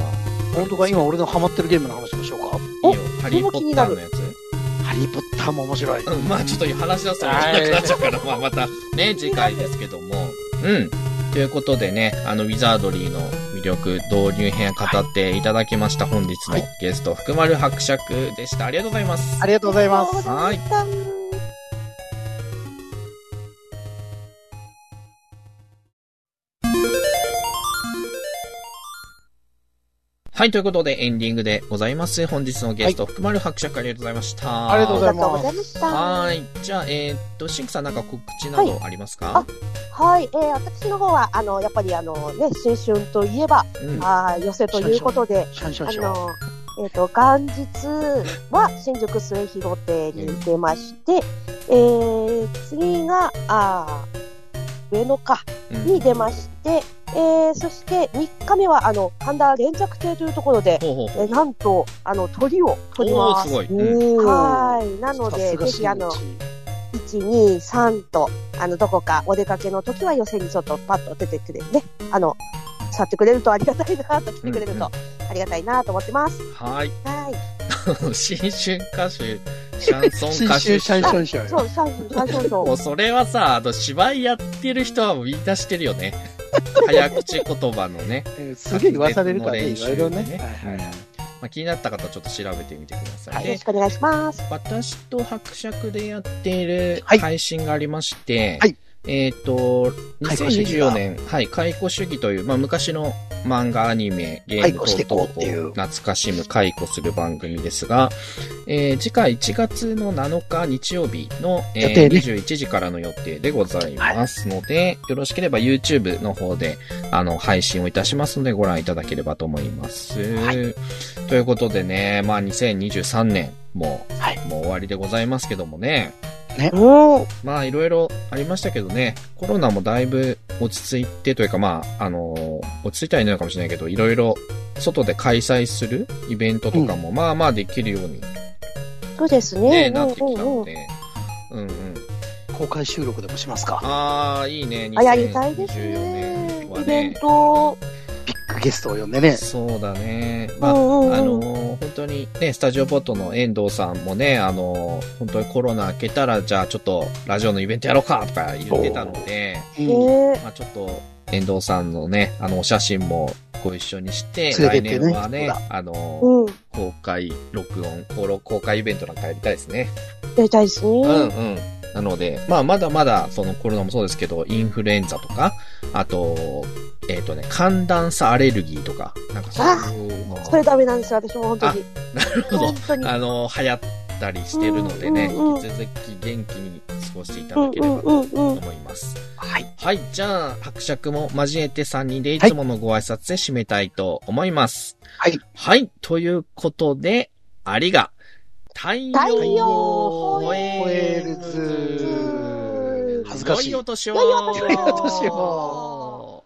Speaker 3: 本当か、今俺のハマってるゲームの話もしようか。
Speaker 1: いい
Speaker 2: お
Speaker 1: よ。ハリー・ポッターのやつ。
Speaker 3: ハリー・ポッターも面白い。
Speaker 1: うん、まあちょっと話し出すと長くなっちゃうから、まあまたね、次回ですけども。うん。ということでね、あの、ウィザードリーの魅力、導入編語っていただきました。本日の
Speaker 3: はい
Speaker 1: ゲスト、福丸伯爵でした。ありがとうございます。
Speaker 3: ありがとうございます。
Speaker 1: はい。はい、ということでエンディングでございます。本日のゲスト、福丸伯爵ありがとうございました。
Speaker 3: ありがとうございます
Speaker 2: ありがとうございました。
Speaker 1: はーい。じゃあ、えーっと、シンクさんなんか告知などありますか、
Speaker 2: ははい、えー、私の方は、あの、やっぱり、あの、ね、新春といえば、
Speaker 1: うん。
Speaker 2: あー寄せということで、
Speaker 3: シャンシャ
Speaker 2: あ
Speaker 3: ンシャン。
Speaker 2: の、えっ、と、元日は新宿末広亭に出まして、えー、次が、あー上野か、
Speaker 1: うん
Speaker 2: に出まして、えー、そして3日目は、あの、神田連着亭というところで、
Speaker 1: ほうほうほ
Speaker 2: えー
Speaker 1: う。
Speaker 2: なんと、あの、鳥を取りま
Speaker 1: おー
Speaker 2: す。
Speaker 1: すごい
Speaker 3: おー
Speaker 2: はーい。なの
Speaker 3: さ
Speaker 2: で、
Speaker 3: す
Speaker 2: ぜ
Speaker 3: が
Speaker 2: ひ、あの
Speaker 3: 新、
Speaker 2: 1、2、3と、あの、どこかお出かけの時は予選にちょっとパッと出てくれるね。あの、去ってくれるとありがたいなと、来てく
Speaker 1: う
Speaker 2: れる
Speaker 1: んうん
Speaker 2: とありがたいなと思ってます。
Speaker 1: はーい。
Speaker 2: はい。
Speaker 1: 新春歌手、シャンソン
Speaker 3: 新
Speaker 1: 歌
Speaker 3: 春
Speaker 1: 手。
Speaker 3: シャンシャンシ
Speaker 2: そ
Speaker 3: ャン。
Speaker 2: う、シャンシャ
Speaker 1: も
Speaker 2: ンそう
Speaker 1: それはさ、あの、芝居やってる人はもうみんな知ってるよ ね。早口言葉のね。
Speaker 3: えーすげえ言わされるからね、
Speaker 1: 練
Speaker 3: い
Speaker 1: 習
Speaker 3: ろいろね。
Speaker 1: で
Speaker 3: はいはいはい
Speaker 1: まあ、気になった方はちょっと調べてみてください。
Speaker 2: う。よろ
Speaker 1: で
Speaker 2: しくお願いします。
Speaker 1: 私と伯爵でやっている
Speaker 3: はい
Speaker 1: 配信がありまして、
Speaker 3: はい
Speaker 1: えっ、と、
Speaker 3: 解雇主義
Speaker 1: 2024
Speaker 3: が
Speaker 1: 年、はい、解雇主義という、まあ、昔の漫画、アニメ、ゲー
Speaker 3: 解
Speaker 1: ム
Speaker 3: 雇して
Speaker 1: 等々
Speaker 3: こうっていう
Speaker 1: 懐かしむ解雇する番組ですが、えー次回1月の7日日曜日の、えー
Speaker 3: 予定ね
Speaker 1: 21時からの予定でございますので、よろしければ YouTube の方で、あの、配信をいたしますのでご覧いただければと思います。
Speaker 3: は
Speaker 1: ということでね、まあ、2023年、もう、
Speaker 3: はい
Speaker 1: もう終わりでございますけどもね。
Speaker 2: うん。
Speaker 1: まあ、いろいろありましたけどね、コロナもだいぶ落ち着いてというか、まあ、あの、落ち着いたらいないのかもしれないけど、いろいろ外で開催するイベントとかも、まあまあできるように、
Speaker 2: そうです
Speaker 1: ね、
Speaker 2: ね。
Speaker 1: なってきた
Speaker 2: うんう
Speaker 1: の
Speaker 2: んうん。
Speaker 1: で、うんうん。
Speaker 3: 公開収録でもしますか。
Speaker 1: ああ、いいね、
Speaker 2: あ、やりたいで
Speaker 1: 2024
Speaker 2: すね
Speaker 1: 年。は
Speaker 2: イベン
Speaker 1: ね。
Speaker 2: ト。
Speaker 3: ビッグゲストを呼んでね。
Speaker 1: そうだね。
Speaker 2: う
Speaker 1: まあ、
Speaker 2: んうんうん
Speaker 1: あのー本当にね、スタジオポットの遠藤さんもね、あのー本当にコロナ明けたら、じゃあちょっとラジオのイベントやろうかとか言ってたので、
Speaker 3: うん
Speaker 2: ね
Speaker 1: まあちょっと遠藤さんのね、あの、お写真もご一緒にして、
Speaker 3: 連れ
Speaker 1: 来
Speaker 3: てってね
Speaker 1: 年はね
Speaker 3: そうだ、
Speaker 1: あのー
Speaker 2: うん。
Speaker 1: 公開録音、公公開イベントなんかやりたいですね。
Speaker 2: やりたいですね。
Speaker 1: うんうん。なので、まあ、まだまだ、そのコロナもそうですけど、インフルエンザとか、あと、えっ、とね、寒暖差アレルギーとか、なんかそういうの
Speaker 2: それダメなんですよ、私も本当に。
Speaker 1: なるほど
Speaker 2: 本。当に。
Speaker 1: あの、流行ったりしてるのでね、
Speaker 2: うんうんうん
Speaker 1: 引き続き元気に過ごしていた
Speaker 2: う
Speaker 1: だ
Speaker 2: ん
Speaker 1: け
Speaker 2: う
Speaker 1: れ
Speaker 2: ん
Speaker 1: ばと
Speaker 2: うんうん。
Speaker 1: 思います。
Speaker 3: はい。
Speaker 1: はい、じゃあ、伯爵も交えて3人でいつものご挨拶で締めたいと思います。
Speaker 3: はい。
Speaker 1: はい、ということで、ありが、太
Speaker 2: 太
Speaker 1: 陽
Speaker 2: 陽
Speaker 1: を
Speaker 2: 吠
Speaker 1: え
Speaker 3: え
Speaker 1: る
Speaker 3: る
Speaker 1: ず
Speaker 2: ず。
Speaker 3: 恥ずかしい
Speaker 1: 良いお年を。
Speaker 2: 良いお年を
Speaker 1: 良いお年を